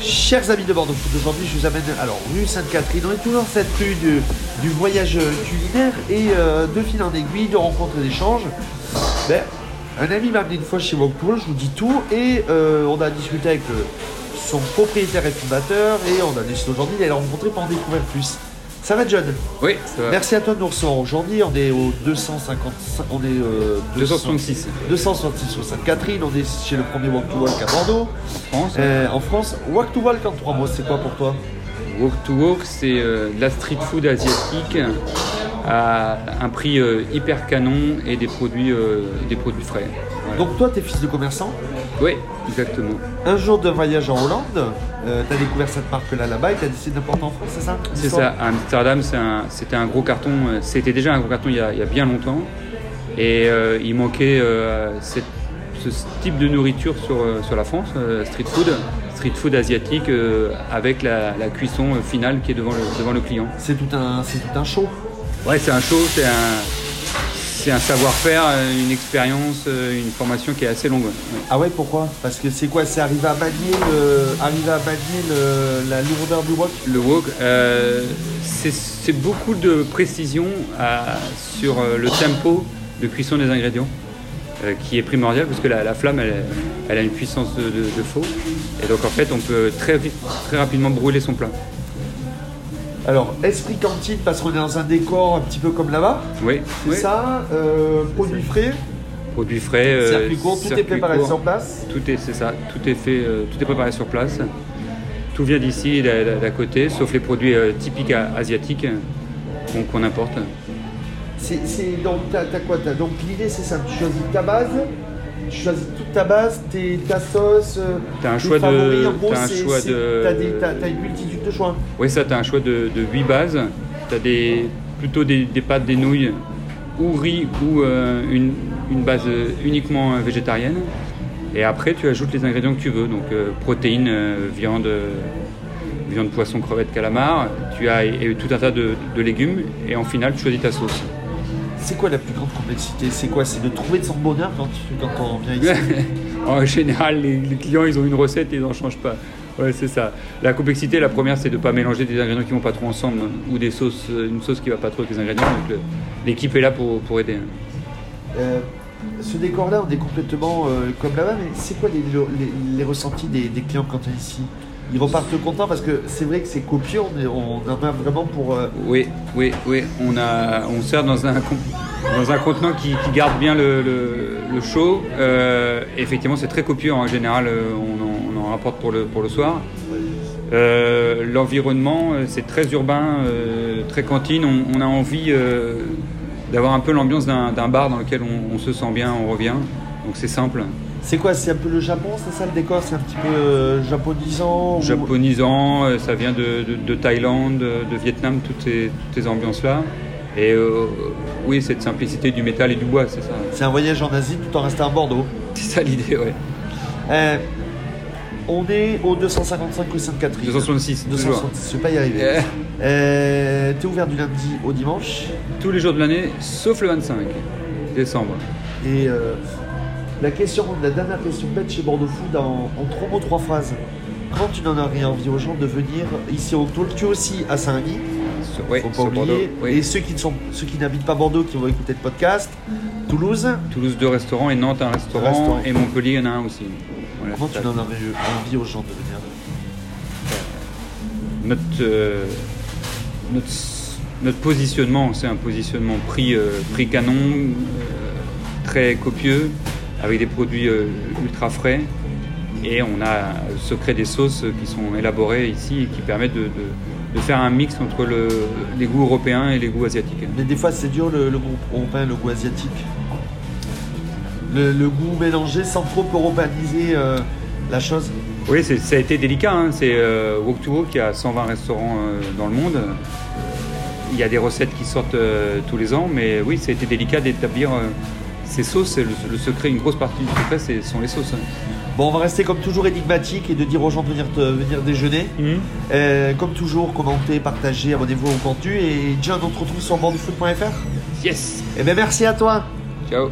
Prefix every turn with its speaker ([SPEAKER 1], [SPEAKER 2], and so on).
[SPEAKER 1] Chers amis de Bordeaux Food, aujourd'hui je vous amène alors rue Sainte-Catherine. On est toujours dans cette rue du, du voyage euh, culinaire et euh, de fil en aiguille, de rencontres et d'échanges. Ben, un ami m'a amené une fois chez Wokpool, je vous dis tout, et euh, on a discuté avec euh, son propriétaire et fondateur, et on a décidé aujourd'hui d'aller le rencontrer pour en découvrir plus. Ça va John
[SPEAKER 2] Oui, ça va.
[SPEAKER 1] Merci à toi de nous recevoir aujourd'hui. On est au 255, on est euh,
[SPEAKER 2] 266.
[SPEAKER 1] 266 sur Sainte-Catherine, on est chez le premier Walk to Walk à Bordeaux.
[SPEAKER 2] France.
[SPEAKER 1] Euh, en France, Walk to Walk en trois mots, c'est quoi pour toi
[SPEAKER 2] Walk to Walk, c'est euh, de la street food asiatique euh, à un prix euh, hyper canon et des produits, euh, des produits frais. Voilà.
[SPEAKER 1] Donc toi, t'es fils de commerçant.
[SPEAKER 2] Oui, exactement.
[SPEAKER 1] Un jour de voyage en Hollande, euh, t'as découvert cette marque-là là-bas et t'as décidé de la porter en France, c'est ça
[SPEAKER 2] C'est ça, à Amsterdam, c'est un- c'était un gros carton, euh, c'était déjà un gros carton il y a, il y a bien longtemps. Et euh, il manquait euh, cette- ce type de nourriture sur, euh, sur la France, euh, street food, street food asiatique euh, avec la, la cuisson euh, finale qui est devant le, devant le client.
[SPEAKER 1] C'est tout un, c'est tout un show.
[SPEAKER 2] Ouais, c'est un show, c'est un, c'est un savoir-faire, euh, une expérience, euh, une formation qui est assez longue. ouais. Ouais.
[SPEAKER 1] Ah ouais, pourquoi Parce que c'est quoi C'est arriver à manier, le, arriver à manier le- la lourdeur du walk.
[SPEAKER 2] Le wok, euh, c'est- c'est beaucoup de précision à- sur euh, le tempo de cuisson des ingrédients, euh, qui est primordial parce que la, la flamme, elle, elle a une puissance de, de- de feu. Et donc en fait, on peut très vite, très rapidement brûler son plat.
[SPEAKER 1] Alors, esprit cantine, parce qu'on est dans un décor un petit peu comme là-bas.
[SPEAKER 2] Oui,
[SPEAKER 1] C'est
[SPEAKER 2] oui.
[SPEAKER 1] ça, euh, produits frais,
[SPEAKER 2] Produits frais, euh,
[SPEAKER 1] circuit court, tout est
[SPEAKER 2] circuit
[SPEAKER 1] préparé
[SPEAKER 2] court.
[SPEAKER 1] sur place.
[SPEAKER 2] Tout est, c'est ça, tout est fait, euh, tout est préparé sur place. Tout vient d'ici, et d'à d'à côté, sauf les produits euh, typiques a- asiatiques euh, qu'on qu'on importe.
[SPEAKER 1] C'est, c'est- donc, t'as, t'as quoi t'as- Donc, l'idée, c'est simple. Tu choisis ta base, tu choisis toute ta base, tes, ta sauce. euh,
[SPEAKER 2] T'as un
[SPEAKER 1] tes
[SPEAKER 2] choix de-
[SPEAKER 1] favoris. En gros,
[SPEAKER 2] t'as un
[SPEAKER 1] c'est-
[SPEAKER 2] choix
[SPEAKER 1] c'est-
[SPEAKER 2] de-
[SPEAKER 1] T'as, des- t'as- t'as une multitude de choix.
[SPEAKER 2] Oui, ça, tu as un choix de, de 8 bases. Tu as des, plutôt des, des pâtes, des nouilles, ou riz, ou euh, une, une base euh, uniquement euh, végétarienne. Et après, tu ajoutes les ingrédients que tu veux, donc euh, protéines, euh, viande, euh, viande, poisson, crevettes, calamar. Tu as et- et tout un tas de, de légumes, et en final, tu choisis ta sauce.
[SPEAKER 1] C'est quoi la plus grande complexité C'est quoi C'est de trouver de son bonheur quand, tu- quand on vient ici.
[SPEAKER 2] en général, les, les clients, ils ont une recette et ils n'en changent pas. Ouais, c'est ça. La complexité, la première, c'est de ne pas mélanger des ingrédients qui vont pas trop ensemble ou des sauces, euh, une sauce qui va pas trop avec les ingrédients. Donc le- l'équipe est là pour, pour aider. hein.
[SPEAKER 1] Euh, ce décor-là, on est complètement euh, comme là-bas, mais c'est quoi les, les- les ressentis des, des clients quand on est ici Ils repartent contents parce que c'est vrai que c'est copieux, on, est- on en a vraiment pour. euh,
[SPEAKER 2] Oui, oui, oui. On, a, on sert dans un, con- dans un contenant qui, qui garde bien le, le, le chaud. Euh, effectivement, c'est très copieux. En général, euh, on en, on en rapporte pour le, pour le soir. Euh, L'environnement, euh, c'est très urbain, euh, très cantine. On, on a envie euh, d'avoir un peu l'ambiance d'un d'un bar dans lequel on, on se sent bien, on revient. Donc c'est simple.
[SPEAKER 1] C'est quoi C'est un peu le Japon, c'est ça le décor C'est un petit peu euh, japonisant ou-
[SPEAKER 2] Japonisant, euh, ça vient de, de- de Thaïlande, euh, de, de Vietnam, toutes ces, toutes ces ambiances-là. Et euh, oui, cette simplicité du métal et du bois, c'est ça.
[SPEAKER 1] C'est un voyage en Asie tout en restant à Bordeaux.
[SPEAKER 2] C'est ça l'idée, ouais.
[SPEAKER 1] Euh, on est au 255 rue Sainte-Catherine.
[SPEAKER 2] 266, toujours.
[SPEAKER 1] 266, je vais pas y arriver.
[SPEAKER 2] Euh.
[SPEAKER 1] Euh, T'es ouvert du lundi au dimanche
[SPEAKER 2] Tous les jours de l'année, sauf le 25 décembre.
[SPEAKER 1] Et euh, la question, la dernière question bête chez Bordeaux Food en, en trois mots, trois phrases. Quand tu donnerais envie aux gens de venir ici au Tour, tu es aussi à Saint-Denis,
[SPEAKER 2] Sur- ouais,
[SPEAKER 1] faut pas
[SPEAKER 2] sur
[SPEAKER 1] oublier.
[SPEAKER 2] Bordeaux, oui.
[SPEAKER 1] Et ceux qui ne sont, ceux qui n'habitent pas Bordeaux, qui vont écouter le podcast, Toulouse,
[SPEAKER 2] Toulouse, deux restaurants, et Nantes, un restaurant,
[SPEAKER 1] Restaurant.
[SPEAKER 2] et Montpellier, il y en a un aussi. Voilà,
[SPEAKER 1] comment tu
[SPEAKER 2] ça.
[SPEAKER 1] donnerais envie aux gens de venir
[SPEAKER 2] notre, euh, notre, notre positionnement, c'est un positionnement prix, euh, prix canon, euh, très copieux, avec des produits euh, ultra frais. Et on a le secret des sauces qui sont élaborées ici et qui permettent de, de- de faire un mix entre le- les goûts européens et les goûts asiatiques.
[SPEAKER 1] Mais des fois, c'est dur le, le goût européen, le goût asiatique. Le, le goût mélangé sans trop européaniser euh, la chose.
[SPEAKER 2] Oui, c'est- ça a été délicat. hein. C'est euh, Walk to Walk, il y a 120 restaurants euh, dans le monde. Il y a des recettes qui sortent euh, tous les ans, mais oui, ça a été délicat d'établir euh, ces sauces. C'est Le, le secret, une grosse partie du secret, c'est- sont les sauces. hein.
[SPEAKER 1] Bon, on va rester comme toujours énigmatique et de dire aux gens de venir, te- venir déjeuner. Euh, comme toujours, commentez, partagez, abonnez-vous au contenu. Et John, on te retrouve sur bordefoot.fr.
[SPEAKER 2] Yes
[SPEAKER 1] Et bien merci Eh ben, à toi.
[SPEAKER 2] Ciao